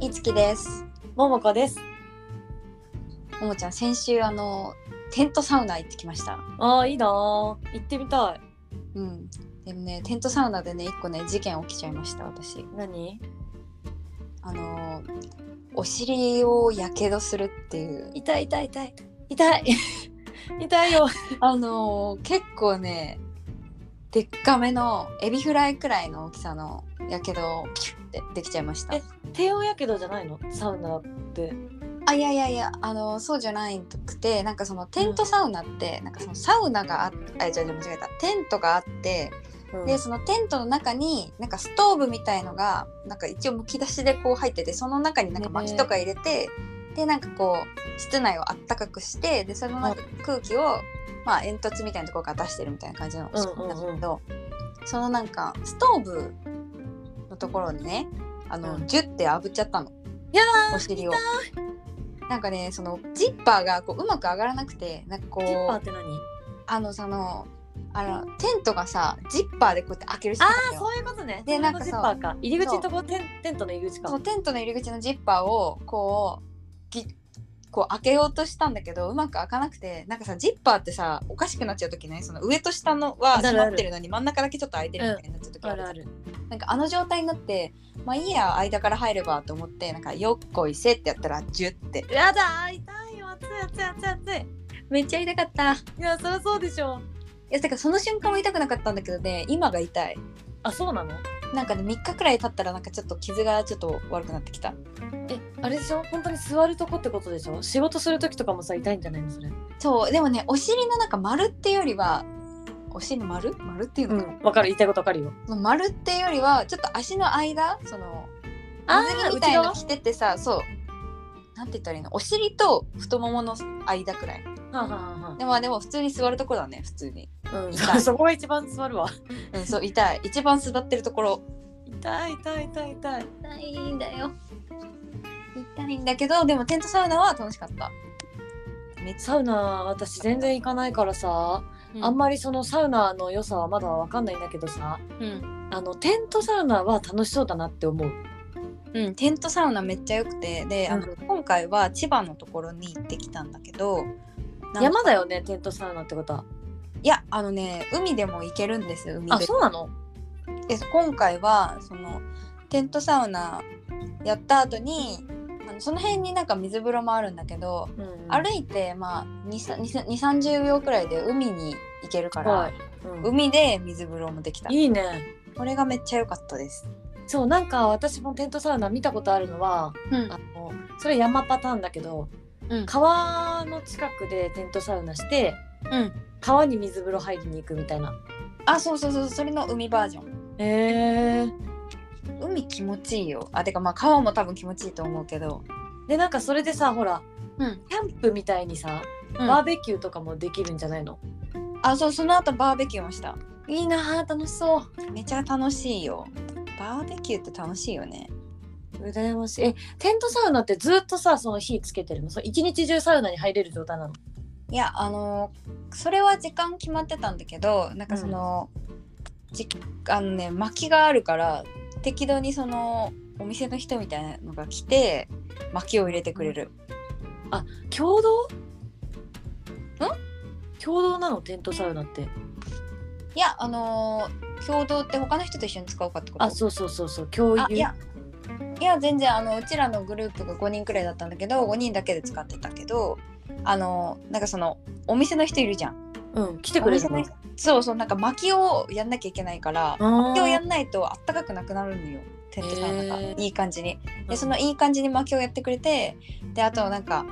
月です。ももこです。ももちゃん、先週あのテントサウナ行ってきました。ああ、いいなー。行ってみたい。うん。でもね、テントサウナでね、一個ね、事件起きちゃいました、私。何あのーお尻をやけどするっていう。痛い痛い痛い。痛い。 痛いよ。あのー結構ね、でっかめのエビフライくらいの大きさのやけどをキュッてできちゃいましたえ。低温やけどじゃないのサウナって。あいやいやいやあのそうじゃないくてなんかそのテントサウナって、なんかそのサウナがあっあじゃあ間違えたテントがあってうんでそのテントの中になんかストーブみたいのがなんか一応むき出しでこう入っててその中になんか薪とか入れて、でなんかこう室内をあったかくしてでそのなんか空気を、まあ、煙突みたいなところから出してるみたいな感じの仕組みなんだけど、そのなんかストーブのところにねあの、うんジュッて炙っちゃったのやお尻を。なんかねそのジッパーがこううまく上がらなくてなんかこだジッパーっうて何あのそのあのテントがさジッパーでこうやって開ける人あたあ、ちそういうことね。でそれなんのかジそうッパーか。入り口のとこ、テンテントの入り口そかう。テントの入り口のジッパーをこうぎこう開けようとしたんだけどうまく開かなくてなんかさジッパーってさおかしくなっちゃう時ねその上と下のはあるあ閉るまってるのに真ん中だけちょっと開いてるみたいになっちゃう時あるじゃんる。なんかあの状態になってまあいいや間から入ればと思ってなんかよっこいせってやったらジュってやだー、痛いよ。熱い熱い熱い熱い。めっちゃ痛かったいいや、そりゃそうでしょ。やだからその瞬間も痛くなかったんだけどね今が痛いあ、そうなのなんかね3日くらい経ったらなんかちょっと傷がちょっと悪くなってきたえ、あれでしょ本当に座るとこってことでしょ仕事するときとかもさ、痛いんじゃないのそれ。そうでもねお尻の中丸っていうよりはお尻の丸丸っていうのかな、わかる、言いたいことわかるよ。その丸っていうよりはちょっと足の間そのあ水あ、着み内たい側の着ててさそうなんて言ったらいいのお尻と太ももの間くらいはあはあはあはあでもでも普通に座るところだね普通に、うん、痛い そこが一番座るわ。うん、 そう痛い一番座ってるところ痛い痛い痛い痛い。痛いんだよ痛いんだけどでもテントサウナは楽しかっためっちゃ、サウナ私全然行かないからさ、ああんんままりそのサウナの良さはまだわかんないんだけどさ、うん、あのテントサウナは楽しそうだなって思う。うん、テントサウナめっちゃ良くてで、あの今回は千葉のところに行ってきたんだけどなんか山だよねテントサウナってことは。いやあのね海でも行けるんですよ海あでそうなの？で今回はそのテントサウナやった後にあのその辺になんか水風呂もあるんだけどうん歩いてまあ2 3 0秒くらいで海に行けるから、はい。うん海で水風呂もできたいいね。これがめっちゃ良かったです。そうなんか私もテントサウナ見たことあるのは、うんあのそれ山パターンだけど、うん川の近くでテントサウナしてうん、川に水風呂入りに行くみたいな。あそうそうそうそれの海バージョンへえー。海気持ちいいよあてかまあ川も多分気持ちいいと思うけど、でなんかそれでさほらうんキャンプみたいにさ、バーあベキューとかもできるんじゃないのあそうその後バーベキューもしたいいなー楽しそうめちゃ楽しいよバーベキューって楽しいよね羨ましいえテントサウナってずっとさその火つけてるのその一日中サウナに入れる状態なのいやあのそれは時間決まってたんだけどなんかその、じあのね薪があるから適度にそのお店の人みたいなのが来て薪を入れてくれる、共同ん共同なのテントサウナっていやあの共同って他の人と一緒に使うかってことあそうそうそうそう共有あいやいや全然あのうちらのグループが5人くらいだったんだけど5人だけで使ってたけどあのなんかそのお店の人いるじゃんうん来てくれるおの店の人そうそうなんか薪をやんなきゃいけないからあ薪をやんないとあったかくなくなるのよテントサウナがへーいい感じにうでんそのいい感じに薪をやってくれてであとなんか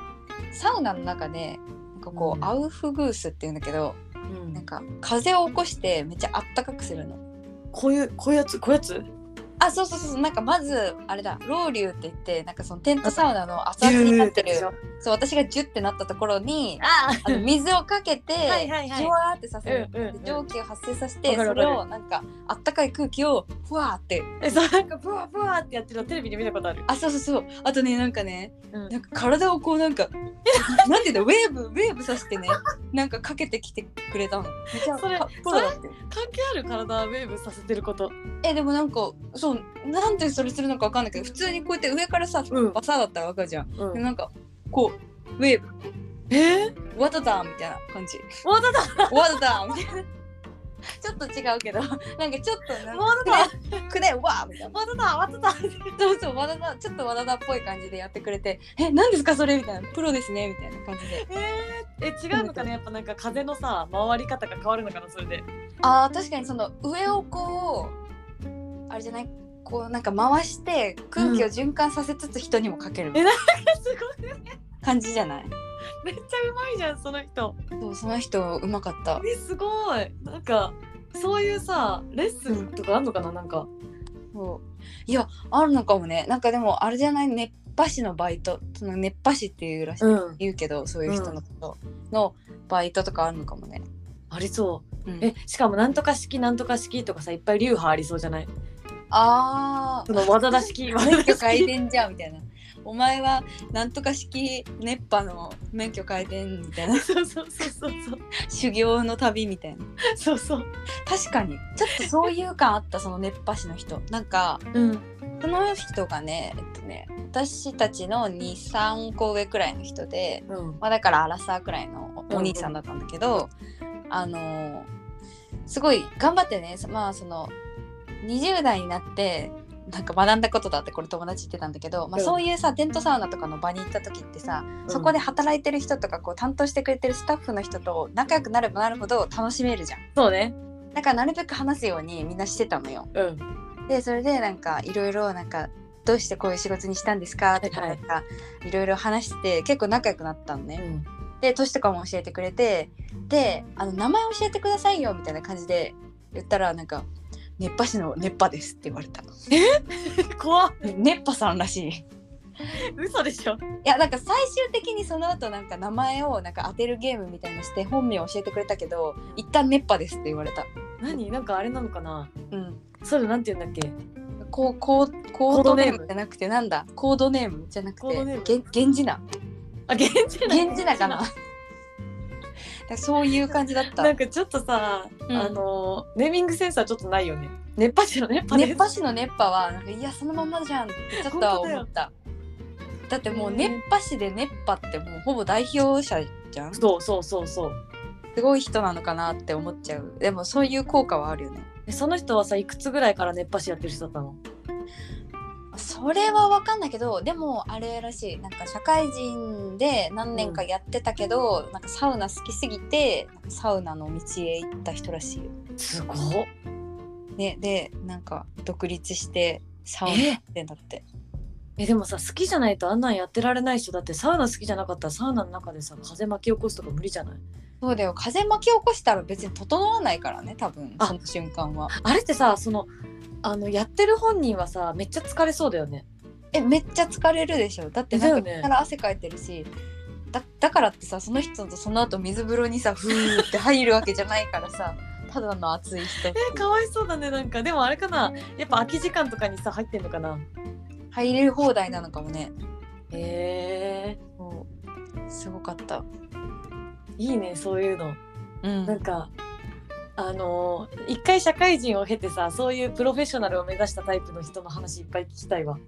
サウナの中でなんかこう、うんアウフグースっていうんだけどうんなんか風を起こしてめっちゃあったかくするのこういうこういうやつこういうやつあそうそうそうそうなんかまずあれだロウリュウって言ってなんかそのテントサウナの熱々になってるそう私がジュってなったところにあ あの水をかけてはいはいはいジュワーってさせる、うんうんうんで蒸気を発生させてわかるそれわかるをなんかあったかい空気をふわーってえそうなんかブワブワってやってるのテレビで見たことある、あそうそうそうあとねなんかねうんなんか体をこうなん かなんて言うんだウェーブウェーブさせてねなんかかけてきてくれたのめっちゃそれかプロだって関係ある体ウェーブさせてることえでもなんかそうそうなんでそれするのかわかんないけど普通にこうやって上からさうんバサだったらわかるじゃん、うでん、なんかこうウェーブえー、ワタダーみたいな感じモードだワタダーみたいなちょっと違うけどなんかちょっとなんモかードだくねわーみたいなモードだ終わってそうそうワタダーちょっとワタダーっぽい感じでやってくれてえ何ですかそれみたいなプロですねみたいな感じでたえー、え違うのかなやっぱなんか風のさ回り方が変わるのかなそれで あー確かにその上をこうあれじゃないこうなんか回して空気を循環させつつ人にもかけるえすごい感じじゃない、めっちゃうまいじゃんその人そうその人うまかったえすごいなんかそういうさレッスンとかあんのかななんかそういやあるのかもねなんかでもあれじゃない熱波師のバイトその熱波師っていうらしい、うん言うけどそういう人のことのバイトとかあるのかもね、ありそううんえしかもなんとか式なんとか式とかさいっぱい流派ありそうじゃないあその技出し式 技免出許し改式善じゃんみたいなお前はなんとか式熱波の免許改善みたいな そうそうそうそうそう修行の旅みたいなそうそう確かにちょっとそういう感あったその熱波師の人なんかうんその人がねえっとね私たちの23個上くらいの人でうんまあ、だからアラサーくらいのおお兄さんだったんだけど、あのーすごい頑張ってねそまあその20代になってなんか学んだことだってこれ友達言ってたんだけど、まあ、うんそういうさテントサウナとかの場に行った時ってさ、そこで働いてる人とかこう担当してくれてるスタッフの人と仲良くなればなるほど楽しめるじゃん。そうねだからなるべく話すようにみんなしてたのよ。うんでそれでなんかいろいろなんかどうしてこういう仕事にしたんですかとかはいなんはかいいろいろ話して結構仲良くなったのね。うんで年とかも教えてくれてであの名前教えてくださいよみたいな感じで言ったらなんか「熱波師の熱波です」って言われた怖っ熱波さんらしいい嘘でしょやなんか最終的にその後なんか名前をなんか当てるゲームみたいにして本名を教えてくれたけど一旦熱波ですって言われた何なんかあれなのかなうんそれなんて言うんだっけこうこうコードネームじゃなくてなんだコードネームじゃなくコードネームてげ源氏名あ源氏名源氏名かな だからそういう感じだったなんかちょっとさ、うんあのネーミングセンサーちょっとないよね熱波師の熱波です熱波師の熱波はなんかいやそのまんまじゃんってちょっとは思っただってもうね熱波師で熱波ってもうほぼ代表者じゃんすそうそうそうそうごい人なのかなって思っちゃうでもそういう効果はあるよねえその人はさいくつぐらいから熱波師やってる人だったのそれは分かんないけどでもあれらしいなんか社会人で何年かやってたけど、なんかサウナ好きすぎてサウナの道へ行った人らしいよ、すごっね、でなんか独立してサウナやえってんだってえでもさ好きじゃないとあんなんやってられない人だってサウナ好きじゃなかったらサウナの中でさ風巻き起こすとか無理じゃないそうだよ風巻き起こしたら別に整わないからね多分あその瞬間はあれってさそのあのやってる本人はさめっちゃ疲れそうだよねえめっちゃ疲れるでしょだってなんだかよ口ねから汗かいてるしだだからってさその人とその後水風呂にさふーって入るわけじゃないからさ ただの熱い人っていうかわいそうだねなんかでもあれかなやっぱ空き時間とかにさ入ってんのかな入れる放題なのかもねへえそうすごかったいいねそういうのうんなんかあのー一回社会人を経てさそういうプロフェッショナルを目指したタイプの人の話いっぱい聞きたいわ。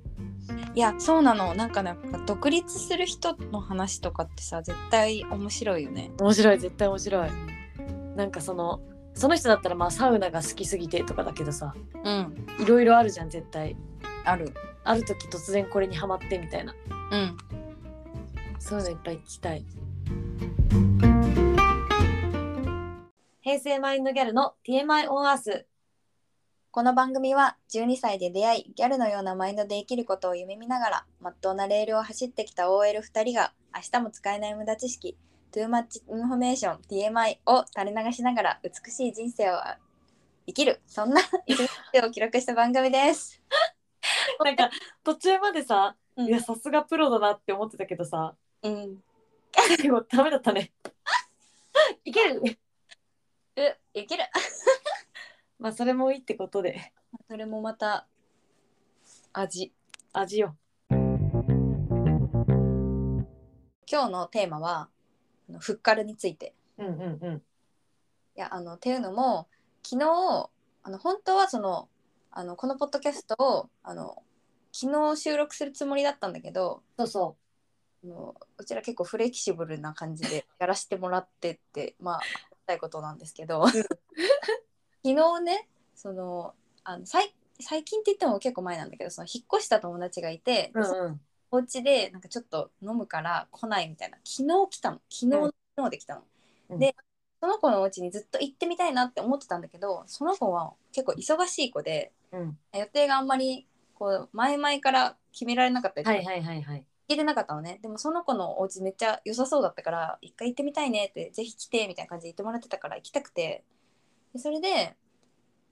いやそうなのなんかねやっぱ独立する人の話とかってさ絶対面白いよね面白い絶対面白い。なんかそのその人だったらまあサウナが好きすぎてとかだけどさうんいろいろあるじゃん絶対。あるある時突然これにハマってみたいなうんそういうのいっぱい聞きたい。平成マインドギャルの TMI オンアースこの番組は12歳で出会いギャルのようなマインドで生きることを夢見ながらまっとうなレールを走ってきた OL2 人が明日も使えない無駄知識 Too Much Information TMI を垂れ流しながら美しい人生を生きるそんな 一日を記録した番組です。なんか途中までさうんいやさすがプロだなって思ってたけどさうん、最後ダメだったね。いけ る。う生きるまあそれもいいってことでそれもまた味味よ。今日のテーマはあのフッカルについて。うんうんうん。いやあのっていうのも昨日あの本当はそのあのこのポッドキャストをあの昨日収録するつもりだったんだけどそうそあのうちら結構フレキシブルな感じ でやらせてもらってってまあありがたいことなんですけど 昨日ねそのあの最最近って言っても結構前なんだけどその引っ越した友達がいて、う。うんうん。お家でなんかちょっと飲むから来ないみたいな昨日来たの昨日うのん昨日で来たの、うんでその子のお家にずっと行ってみたいなって思ってたんだけどその子は結構忙しい子でうん。予定があんまりこう前々から決められなかったりとはかいはいはいはい。聞いてなかったのね、でもその子のお家めっちゃ良さそうだったから一回行ってみたいねってぜひ来てみたいな感じで言ってもらってたから行きたくてでそれで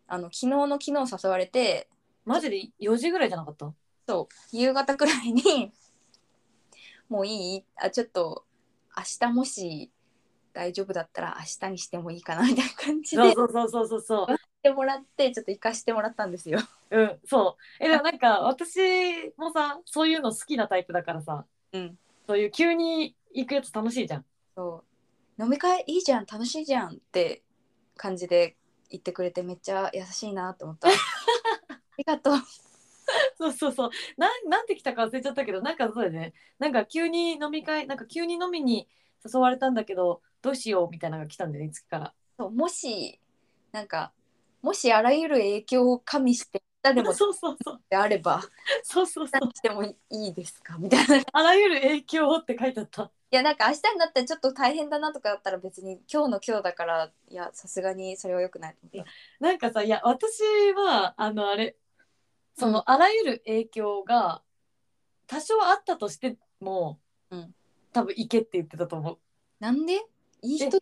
あの昨日の昨日誘われてマジで4時ぐらいじゃなかったそう夕方くらいに 「もういいあちょっと明日もし大丈夫だったら明日にしてもいいかな」みたいな感じでそう言っそうそうそうそうそう。てもらってちょっと行かしてもらったんですよ。うん、そう。え、でもなんか私もさ、そういうの好きなタイプだからさ、うん、そういう急に行くやつ楽しいじゃん。そう飲み会いいじゃん楽しいじゃんって感じで言ってくれてめっちゃ優しいなと思った ありがとうそうそうそう。なん、なんて来たか忘れちゃったけど、なんかそうだよね。なんか急に飲み会、なんか急に飲みに誘われたんだけど、どうしようみたいなのが来たんだよね、月から。そうもしなんかもしあらゆる影響を加味してたでもそうそうそう。であれば そうそうそう。何してもいいですかみたいないあらゆる影響をって書いてあった。やなんか明日になったらちょっと大変だなとかだったら別に今日の今日だからいやさすがにそれは良くないと思っなんかさ、いや、私は、あの、あれ、そうんの、あらゆる影響が、多少あったとしても、うん多分行けって言ってたと思う。たなんでいい人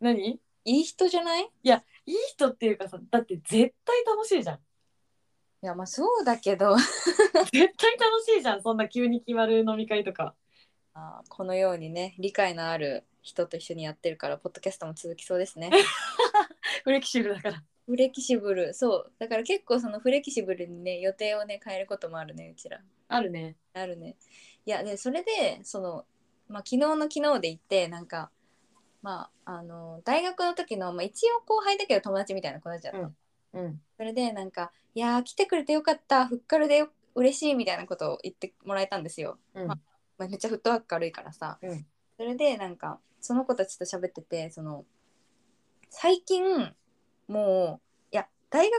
何いいい人じゃないいい人っていうかさ、だって絶対楽しいじゃん。 やまあそうだけど 絶対楽しいじゃん、そんな急に決まる飲み会とか。あーこのようにね理解のある人と一緒にやってるからポッドキャストも続きそうですねフレキシブルだから。フレキシブルそうだから結構そのフレキシブルにね予定をね変えることもあるねうちらあるね。あるね。いやでそれでその、まあ、昨日の昨日で行ってなんか、まあ、あの大学の時の、まあ、一応後輩だけど友達みたいな子たちだった、うんうん。それでなんか「いやー来てくれてよかったふっかるでよ嬉しい」みたいなことを言ってもらえたんですよ。うんままあ、めっちゃフットワーク軽いからさ、うんそれでなんかその子たちと喋っててその最近もういや大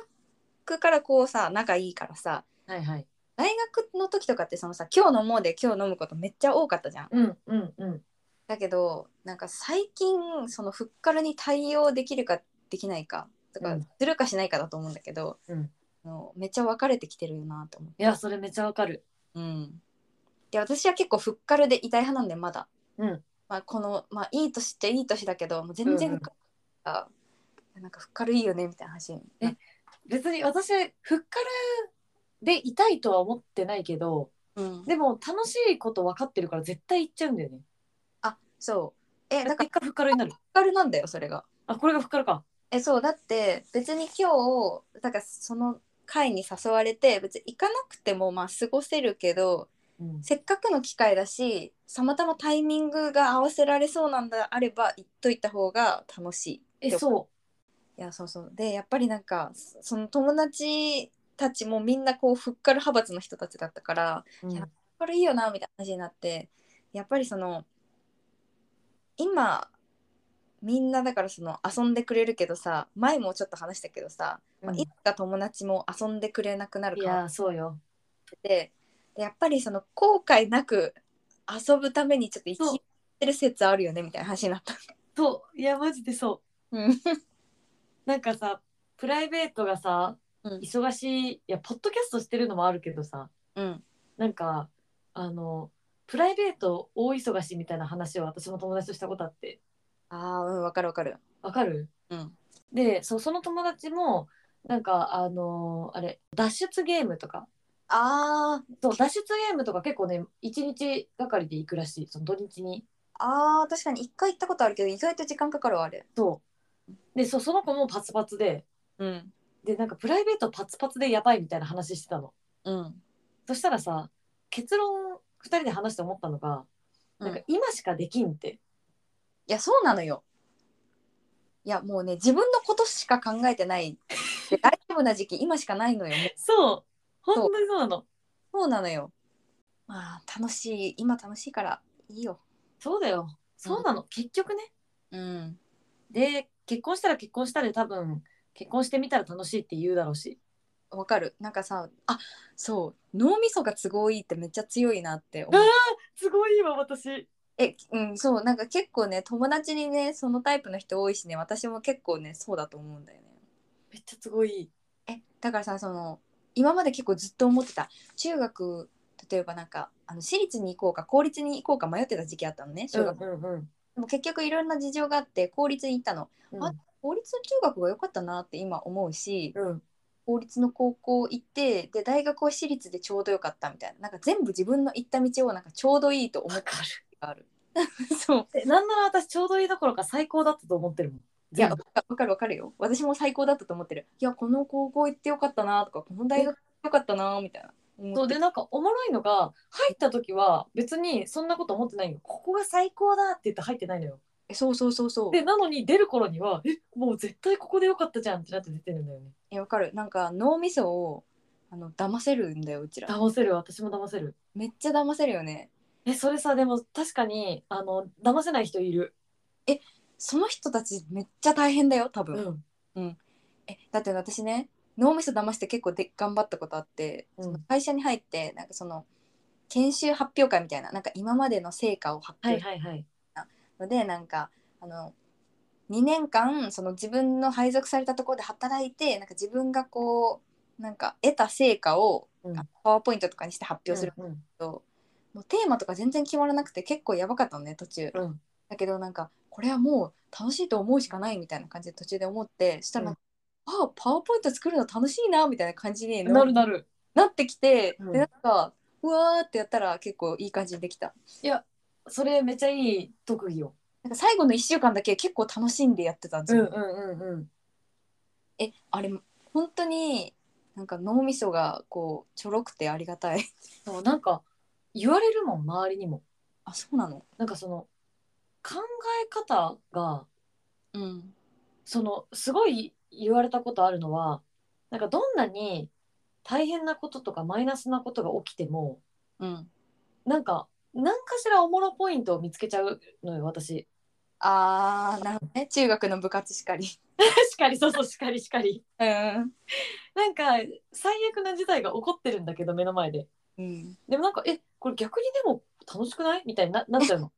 学からこうさ仲いいからさはいはい。大学の時とかってそのさ今日飲もうで今日飲むことめっちゃ多かったじゃん。うんうんうん。だけどなんか最近そのフッカルに対応できるかできないかとか、うんするかしないかだと思うんだけど、うんあのめっちゃ分かれてきてるよなと思って。いや、それめっちゃわかる。うん、で私は結構フッカルで痛い派なんでまだ、うんまあ、この、まあ、いい年っちゃいい年だけどもう全然フッカルだから、なんかフッカルいいよねみたいな話になって別に私、ふっかるでいたいとは思ってないけど、うん、でも楽しいこと分かってるから絶対行っちゃうんだよね。あそうえだだかフからら結果ふっかるになる。ッカルなんだよそれが。あ、これがふっかるか。えそうだって別に今日だからその会に誘われて別に行かなくてもまあ過ごせるけどうん。せっかくの機会だしさまたまタイミングが合わせられそうなんであれば行っといた方が楽しい。え、そいやそうそうでやっぱりなんかそその友達たちもみんなこうふっかる派閥の人たちだったからう。うんこれいいよなみたいな話になってやっぱりその今みんなだからその遊んでくれるけどさ前もちょっと話したけどさ、まあうんいつか友達も遊んでくれなくなるいかもや、そうよ。ってでやっぱりその後悔なく遊ぶためにちょっと生きてる説あるよねみたいな話になった。そう。いや、マジでそう。うん なんかさプライベートがさうん忙しいいやポッドキャストしてるのもあるけどさうんなんかあのプライベート大忙しみたいな話を私も友達としたことあってあーうんわかるわかる。わかるうんでそうその友達もなんかあのあれ脱出ゲームとかあーそう脱出ゲームとか結構ね1日がかりで行くらしいその土日にあー確かに一回行ったことあるけど意外と時間かかるわあれ。そうでそうその子もパツパツでうんでなんかプライベートパツパツでやばいみたいな話してたのうんそしたらさ結論2人で話して思ったのがうんなんか今しかできんって、いやそうなのよいやもうね自分のことしか考えてないで大丈夫な時期今しかないのよもうそう本当にそうなのそうなのよまあ楽しい今楽しいからいいよそうだよそうなの、結局ねうんで結婚したら結婚したで多分結婚してみたら楽しいって言うだろうしわかるなんかさあそう脳みそが都合いいってめっちゃ強いなって思うすごいわ私えうんそうなんか結構ね友達にねそのタイプの人多いしね私も結構ねそうだと思うんだよねめっちゃすごいえだからさその今まで結構ずっと思ってた中学例えばなんかあの私立に行こうか公立に行こうか迷ってた時期あったのねうん小学、うんうんでも結局いろんな事情があって公立に行ったのうん公立の中学が良かったなって今思うしうん公立の高校行ってで大学は私立でちょうどよかったみたいななんか全部自分の行った道をなんかちょうどいいと思わうかる時があるそうえなんなら私ちょうどいいどころか最高だったと思ってるもんいや全わ部かわかるわかるよ私も最高だったと思ってるいやこの高校行ってよかったなとかこの大学行ってよかったなみたいな思ってそうでなんかおもろいのが入った時は別にそんなこと思ってないよここが最高だって言って入ってないのよえそうそうそうそうでなのに出る頃にはえもう絶対ここでよかったじゃんってなって出てるんだよねえわかるなんか脳みそをあの騙せるんだようちら騙せる私も騙せるめっちゃ騙せるよねえそれさでも確かにあの騙せない人いるその人たちめっちゃ大変だよ多分、んえだって私ね脳みそ騙して結構で頑張ったことあって、うんその会社に入ってなんかその研修発表会みたいななんか今までの成果を発はい表すはいはいるので、なんかあの2年間その自分の配属されたところで働いてなんか自分がこうなんか得た成果を、うんあのパワーポイントとかにして発表するうんうんともうテーマとか全然決まらなくて結構やばかったのね途中うんだけどなんかこれはもう楽しいと思うしかないみたいな感じで途中で思ってしたらなんか、あパワーポイント作るの楽しいなみたいな感じになるなるなってきて、うんでなんかうわーってやったら結構いい感じにできたそれめっちゃいい特技よなんか最後の1週間だけ結構楽しんでやってたんですよ、うんうんえあれ本当になんか脳みそがこうちょろくてありがたい そうなんか言われるもん周りにもあそうなのなんかその考え方がうんそのすごい言われたことあるのはなんかどんなに大変なこととかマイナスなことが起きてもうんなんか何かしらおもろポイントを見つけちゃうのよ私 あーなるほどね中学の部活しかりしかりそうそうしかりしかりうんなんか最悪な事態が起こってるんだけど目の前でうんでもなんかえこれ逆にでも楽しくないみたいにななっちゃうの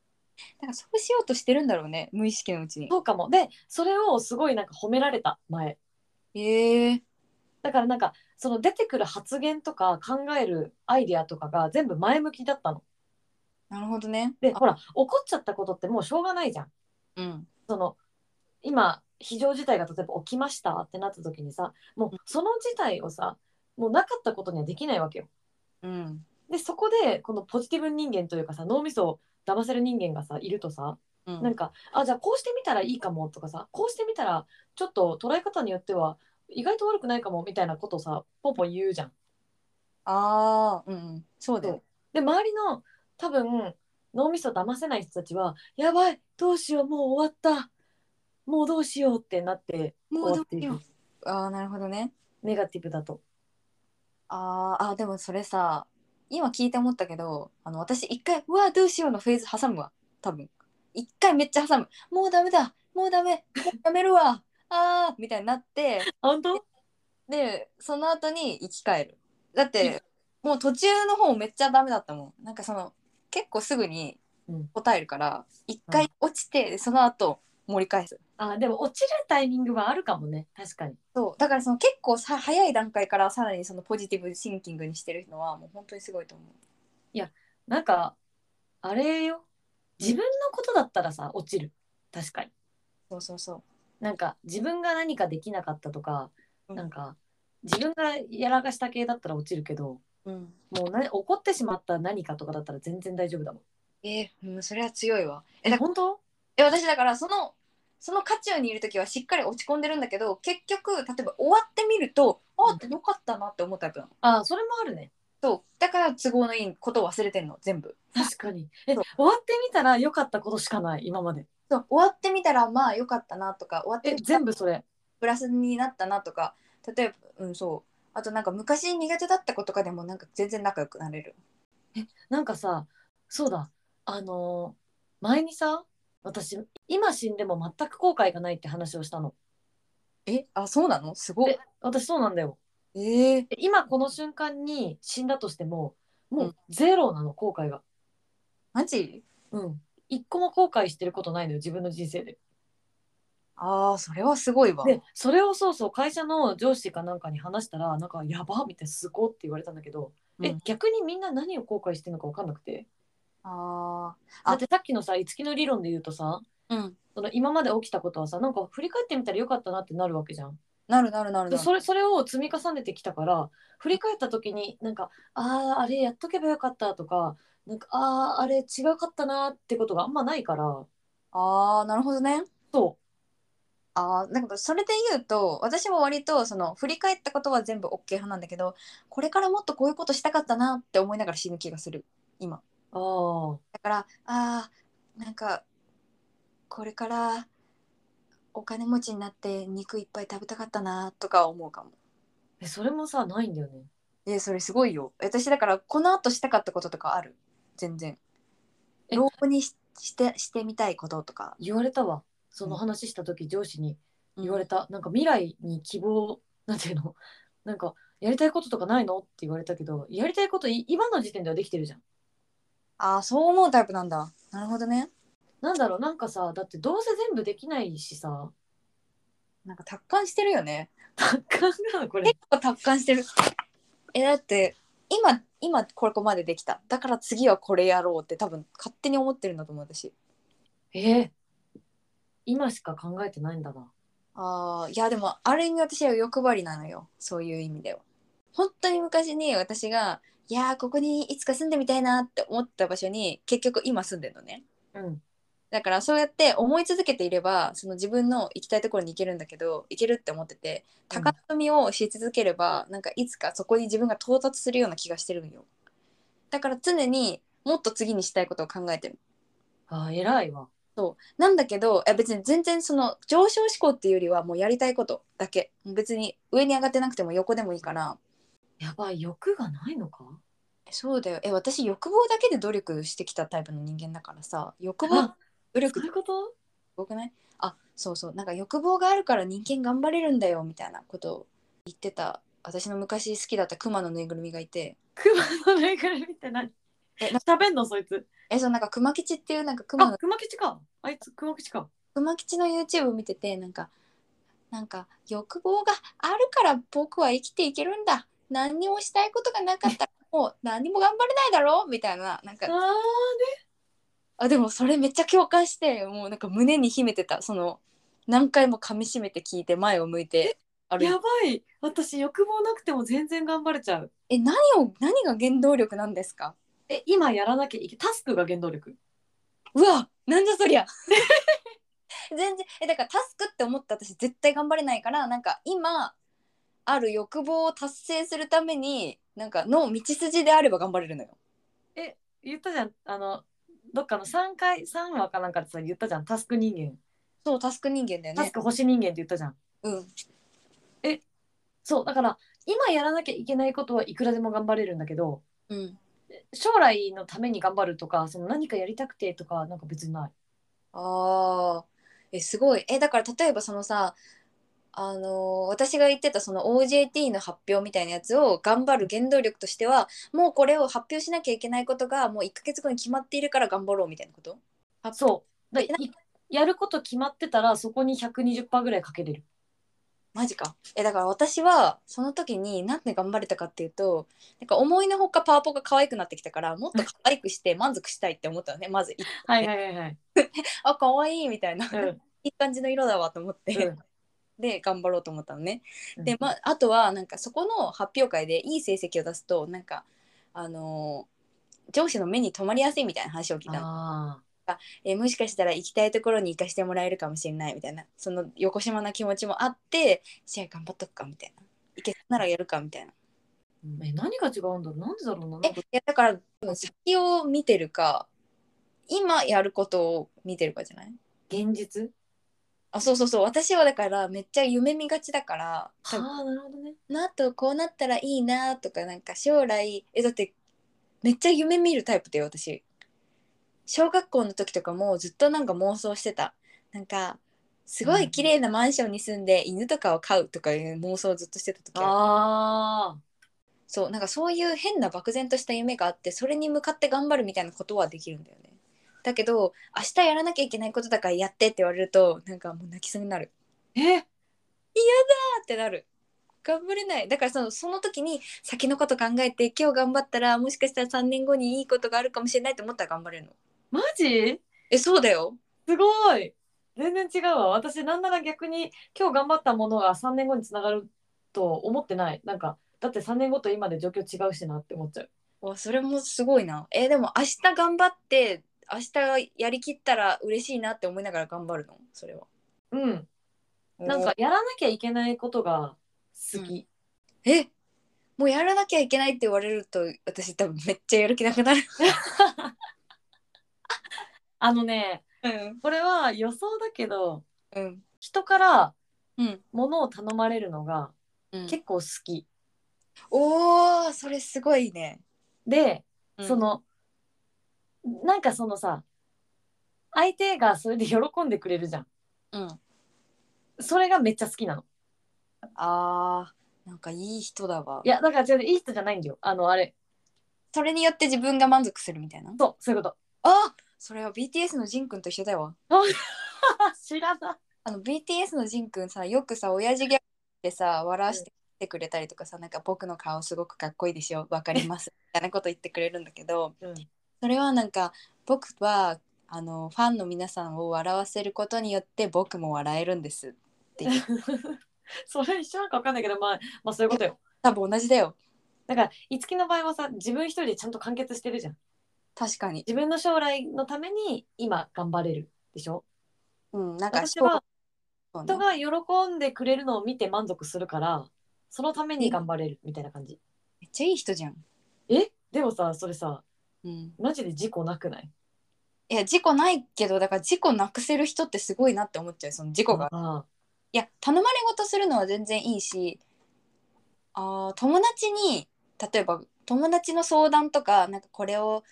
なんかそうしようとしてるんだろうね無意識のうちに。そうかもでそれをすごいなんか褒められた前ええだからなんかその出てくる発言とか考えるアイデアとかが全部前向きだったのなるほどね。であほら怒っちゃったことってもうしょうがないじゃんうんその今非常事態が例えば起きましたってなった時にさもうその事態をさもうなかったことにはできないわけようんでそこでこのポジティブ人間というかさ脳みそを騙せる人間がさいるとさうなんん。かあじゃあこうしてみたらいいかもとかさこうしてみたらちょっと捉え方によっては意外と悪くないかもみたいなことさポンポン言うじゃん。ああうんうんそうだよ。で周りの多分脳みそ騙せない人たちは「やばいどうしようもう終わったもうどうしよう」ってなっても終うわどっていくうああなるほどね。ネガティブだと。あーあーでもそれさ今聞いて思ったけどあの私一回「うわどうしよう」のフェーズ挟むわ多分一回めっちゃ挟む「もうダメだもうダメもうやめるわ あー」みたいになって本当でその後に生き返るだってもう途中の方めっちゃダメだったもんなんかその結構すぐにうん答えるから一、回落ちてでその後盛り返すあでも落ちるタイミングはあるかもね確かに。そうだからその結構さ早い段階からさらにそのポジティブシンキングにしてるのはもう本当にすごいと思うなんかあれよ自分のことだったらさ落ちる確かに。そうそうそうなんか自分が何かできなかったとか、うんなんか自分がやらかした系だったら落ちるけどうん、もうな怒ってしまった何かとかだったら全然大丈夫だもん。えーうん、それは強いわええだ本当え私だからそのその渦中にいる時はしっかり落ち込んでるんだけど結局例えば終わってみるとああよかったなって思うタイプなのあそれもあるね。そうだから都合のいいことを忘れてんの全 部確かに。えそ終うわってみたら良かったことしかない今まで。そう終わってみたらまあよかったなとか終わってえみたら全部それ。プラスになったなとか例えばうんそうあとなんか昔苦手だった子とかでもなんか全然仲良くなれるなんかさそうだあのー前にさ私今死んでも全く後悔がないって話をしたのえあそうなのすごえ私そうなんだよええで今この瞬間に死んだとしてもうもうゼロなの後悔がマジうん一個も後悔してることないのよ自分の人生であーそれはすごいわでそれをそうそう会社の上司かなんかに話したらなんかやばみたいなすごって言われたんだけど、うんえ逆にみんな何を後悔してるのか分かんなくてああだってさっきのさ五木の理論で言うとさーうんその今まで起きたことはさなんか振り返ってみたらよかったなってなるわけじゃん。なるなるなるなでるそれそれを積み重ねてきたから振り返った時になんかあああれやっとけばよかったとかなんかあああれ違うかったなってことがあんまないからああなるほどねそあーなんかそれで言うと私も割とその振り返ったことは全部 OK 派なんだけどこれからもっとこういうことしたかったなって思いながら死ぬ気がする今うあだからあーなんかこれからお金持ちになって肉いっぱい食べたかったなとか思うかもーえそれもさないんだよね。えそれすごいよ私だからこの後したかったこととかある全然え老後にししてしてみたいこととか言われたわその話した時上司に言われた、た、なんか未来に希望なんていうのなんかやりたいこととかないのって言われたけどやりたいことい今の時点ではできてるじゃん。ああそう思うタイプなんだなるほどねなんだろうなんかさだってどうせ全部できないし さなんか達観してるよね達観なのこれ結構達観してるえだって今今ここまでできただから次はこれやろうって多分勝手に思ってるんだと思う私えー今しか考えてないんだなあーいやでもある意味私は欲張りなのよそういう意味では本当に昔に私がいやーここにいつか住んでみたいなって思った場所に結局今住んでるのねうんだからそうやって思い続けていればその自分の行きたいところに行けるんだけど行けるって思っててうん高跳びをし続ければ、なんかいつかそこに自分が到達するような気がしてるのよだから常にもっと次にしたいことを考えてるあー偉いわそうなんだけどいや別に全然その上昇志向っていうよりはもうやりたいことだけ別に上に上がってなくても横でもいいからやばい欲がないのかそうだよえ私欲望だけで努力してきたタイプの人間だからさ欲望あ努力そういうこと多くないあそうそうなんか欲望があるから人間頑張れるんだよみたいなことを言ってた私の昔好きだったクマのぬいぐるみがいて熊のぬいぐるみって何えな喋んのそいつえそうなんか熊吉っていうなんか熊あの熊吉かあいつ熊吉か熊吉の YouTube を見ててなんかなんか欲望があるから僕は生きていけるんだ何にもしたいことがなかったらもう何にも頑張れないだろうみたいななんあーかあでもそれめっちゃ共感してもうなんか胸に秘めてたその何回も噛みしめて聞いて前を向いて歩いてやばい私欲望なくても全然頑張れちゃうえ何を何が原動力なんですかえ今やらなきゃいけタスクが原動力うわなんじゃそりゃ 全然えだからタスクって思った私絶対頑張れないからなんか今ある欲望を達成するためになんかの道筋であれば頑張れるのよ言ったじゃんあのどっかの3回三話かなんかでさ言ったじゃんタスク人間そうタスク人間だよタスねク星人間って言ったじゃんうんそうだから今やらなきゃいけないことはいくらでも頑張れるんだけどうん将来のために頑張るとかその何かやりたくてとかなんか別にないあーえすごいえだから例えばそのさあのー私が言ってたその OJT の発表みたいなやつを頑張る原動力としてはもうこれを発表しなきゃいけないことがもう1ヶ月後に決まっているから頑張ろうみたいなことそうだえないやること決まってたらそこに120%ぐらいかけれるマジかえだから私はその時になんで頑張れたかっていうとなんか思いのほかパワポが可愛くなってきたからもっと可愛くして満足したいって思ったのねま ずはいはいはいはい、あ可愛いみたいな、ういんい感じの色だわと思って、うんで頑張ろうと思ったのね、うんで、ま、あとはなんかそこの発表会でいい成績を出すとなんかあのー上司の目に留まりやすいみたいな話を聞いたのあえーもしかしたら行きたいところに行かしてもらえるかもしれないみたいなその横島な気持ちもあってじゃあ頑張っとくかみたいな行けたならやるかみたいな。ーえ何が違うんだろうなんでだろうななえんかいやだからうん先を見てるか今やることを見てるかじゃない現実あそうそうそう私はだからめっちゃ夢見がちだからああ、なるほどね。のあとこうなったらいいなとかなんか将来えだってめっちゃ夢見るタイプだよ私小学校の時とかもずっとなんか妄想してたなんかすごい綺麗なマンションに住んで犬とかを飼うとかいう妄想をずっとしてた時あるああ。そうなんかそういう変な漠然とした夢があってそれに向かって頑張るみたいなことはできるんだよねだけど明日やらなきゃいけないことだからやってって言われるとなんかもう泣きそうになるえ、あーってなる頑張れないだからそのその時に先のこと考えて今日頑張ったらもしかしたら3年後にいいことがあるかもしれないと思ったら頑張れるのマジえそうだよすごい全然違うわ。私、なんなら逆に今日頑張ったものが3年後につながると思ってない。なんか、だって3年後と今で状況違うしなって思っちゃう。わそれもすごいなえでも明日頑張って明日やりきったら嬉しいなって思いながら頑張るのそれはうん。なんか、やらなきゃいけないことが好き。おえもうやらなきゃいけないって言われると私多分めっちゃやる気なくなるあのね、うんこれは予想だけど、うん人からうん物を頼まれるのがうん結構好き。おーそれすごいね、で、うんそのなんかそのさ相手がそれで喜んでくれるじゃんうんそれがめっちゃ好きなのあーなんかいい人だわいやだから違ういい人じゃないんだよあのあれそれによって自分が満足するみたいなそうそういうことあそれは BTS のジンくんと一緒だわあ知らないあの BTS のジンくんさよくさ親父ギャグでさ笑わしててくれたりとかさ、なんか僕の顔すごくかっこいいでしょわかり ますみたいなこと言ってくれるんだけど、うんそれはなんか僕はあのファンの皆さんを笑わせることによって僕も笑えるんですっていう それ一緒なんか分かんないけど、まあ、まあそういうことよ多分同じだよだからいつきの場合はさ自分一人でちゃんと完結してるじゃん確かに自分の将来のために今頑張れるでしょうんなんか私はそうね人が喜んでくれるのを見て満足するからそのために頑張れるみたいな感じめっちゃいい人じゃんえでもさそれさうんマジで事故なくないいや事故ないけどだから事故なくせる人ってすごいなって思っちゃうその事故がああいや頼まれ事するのは全然いいしあー友達に例えば友達の相談とかなんかこれを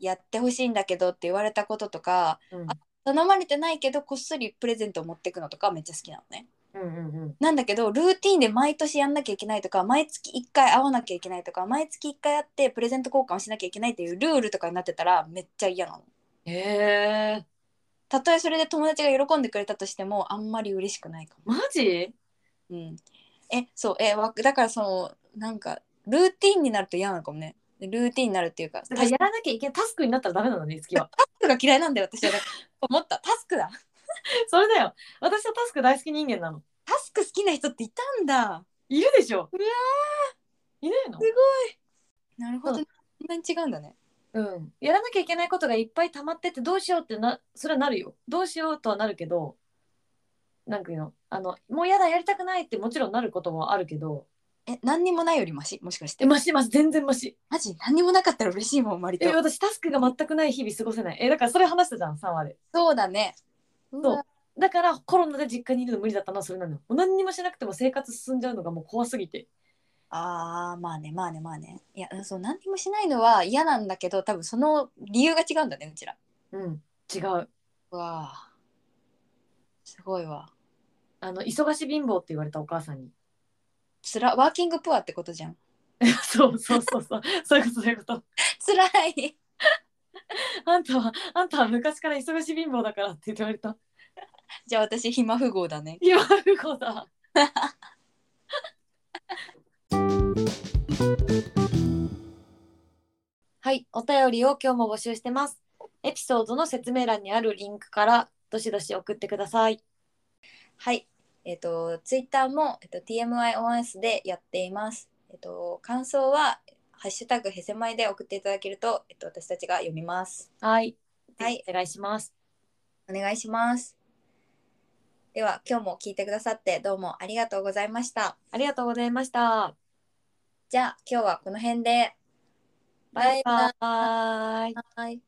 やってほしいんだけどって言われたこととかうん頼まれてないけどこっそりプレゼントを持ってくのとかめっちゃ好きなのね。うんうんうんなんだけどルーティンで毎年やんなきゃいけないとか毎月1回会わなきゃいけないとか毎月1回会ってプレゼント交換をしなきゃいけないっていうルールとかになってたらめっちゃ嫌なの。へえたとえそれで友達が喜んでくれたとしてもあんまり嬉しくないかも。マジうん、えそうえわだからそのなんかルーティンになると嫌なのかもねルーティンになるっていうかだタからスやらなきゃいけないタスクになったらダメなのね月は クが嫌いなんだよ私はだから思ったタスクだそれだよ私はタスク大好き人間なのタスク好きな人っていたんだいるでしょうわいないのなるほど、うね、こんなに違うんだねうんやらなきゃいけないことがいっぱい溜まっててどうしようってなそれはなるよどうしようとはなるけどなんかいうのあのもうやだやりたくないってもちろんなることもあるけどえ何にもないよりマシもしかしてえマシマシ全然マシマジ何にもなかったら嬉しいもん割とえ私タスクが全くない日々過ごせないえだからそれ話したじゃん3話でそうだねそうわだからコロナで実家にいるの無理だったのはそれなのよもう何にもしなくても生活進んじゃうのがもう怖すぎてあーまあねまあねまあねいやそう何にもしないのは嫌なんだけど多分その理由が違うんだねうちらうん違ううわあすごいわあの忙し貧乏って言われたお母さんにつらワーキングプアってことじゃん そうそうそうそうそういうことそういうこと辛いあんたはあんたは昔から忙し貧乏だからって言われたじゃあ私暇富豪だね今不幸 だはいお便りを今日も募集してますエピソードの説明欄にあるリンクからどしどし送ってくださいはいえっ、とツイッターも、えっと TMIOS でやっていますえっ、と感想はハッシュタグへせまいで送っていただけると、えっと、私たちが読みますはいはいお願いしますお願いしますでは今日も聞いてくださってどうもありがとうございましたありがとうございました。じゃあ今日はこの辺でババイイババイ。イ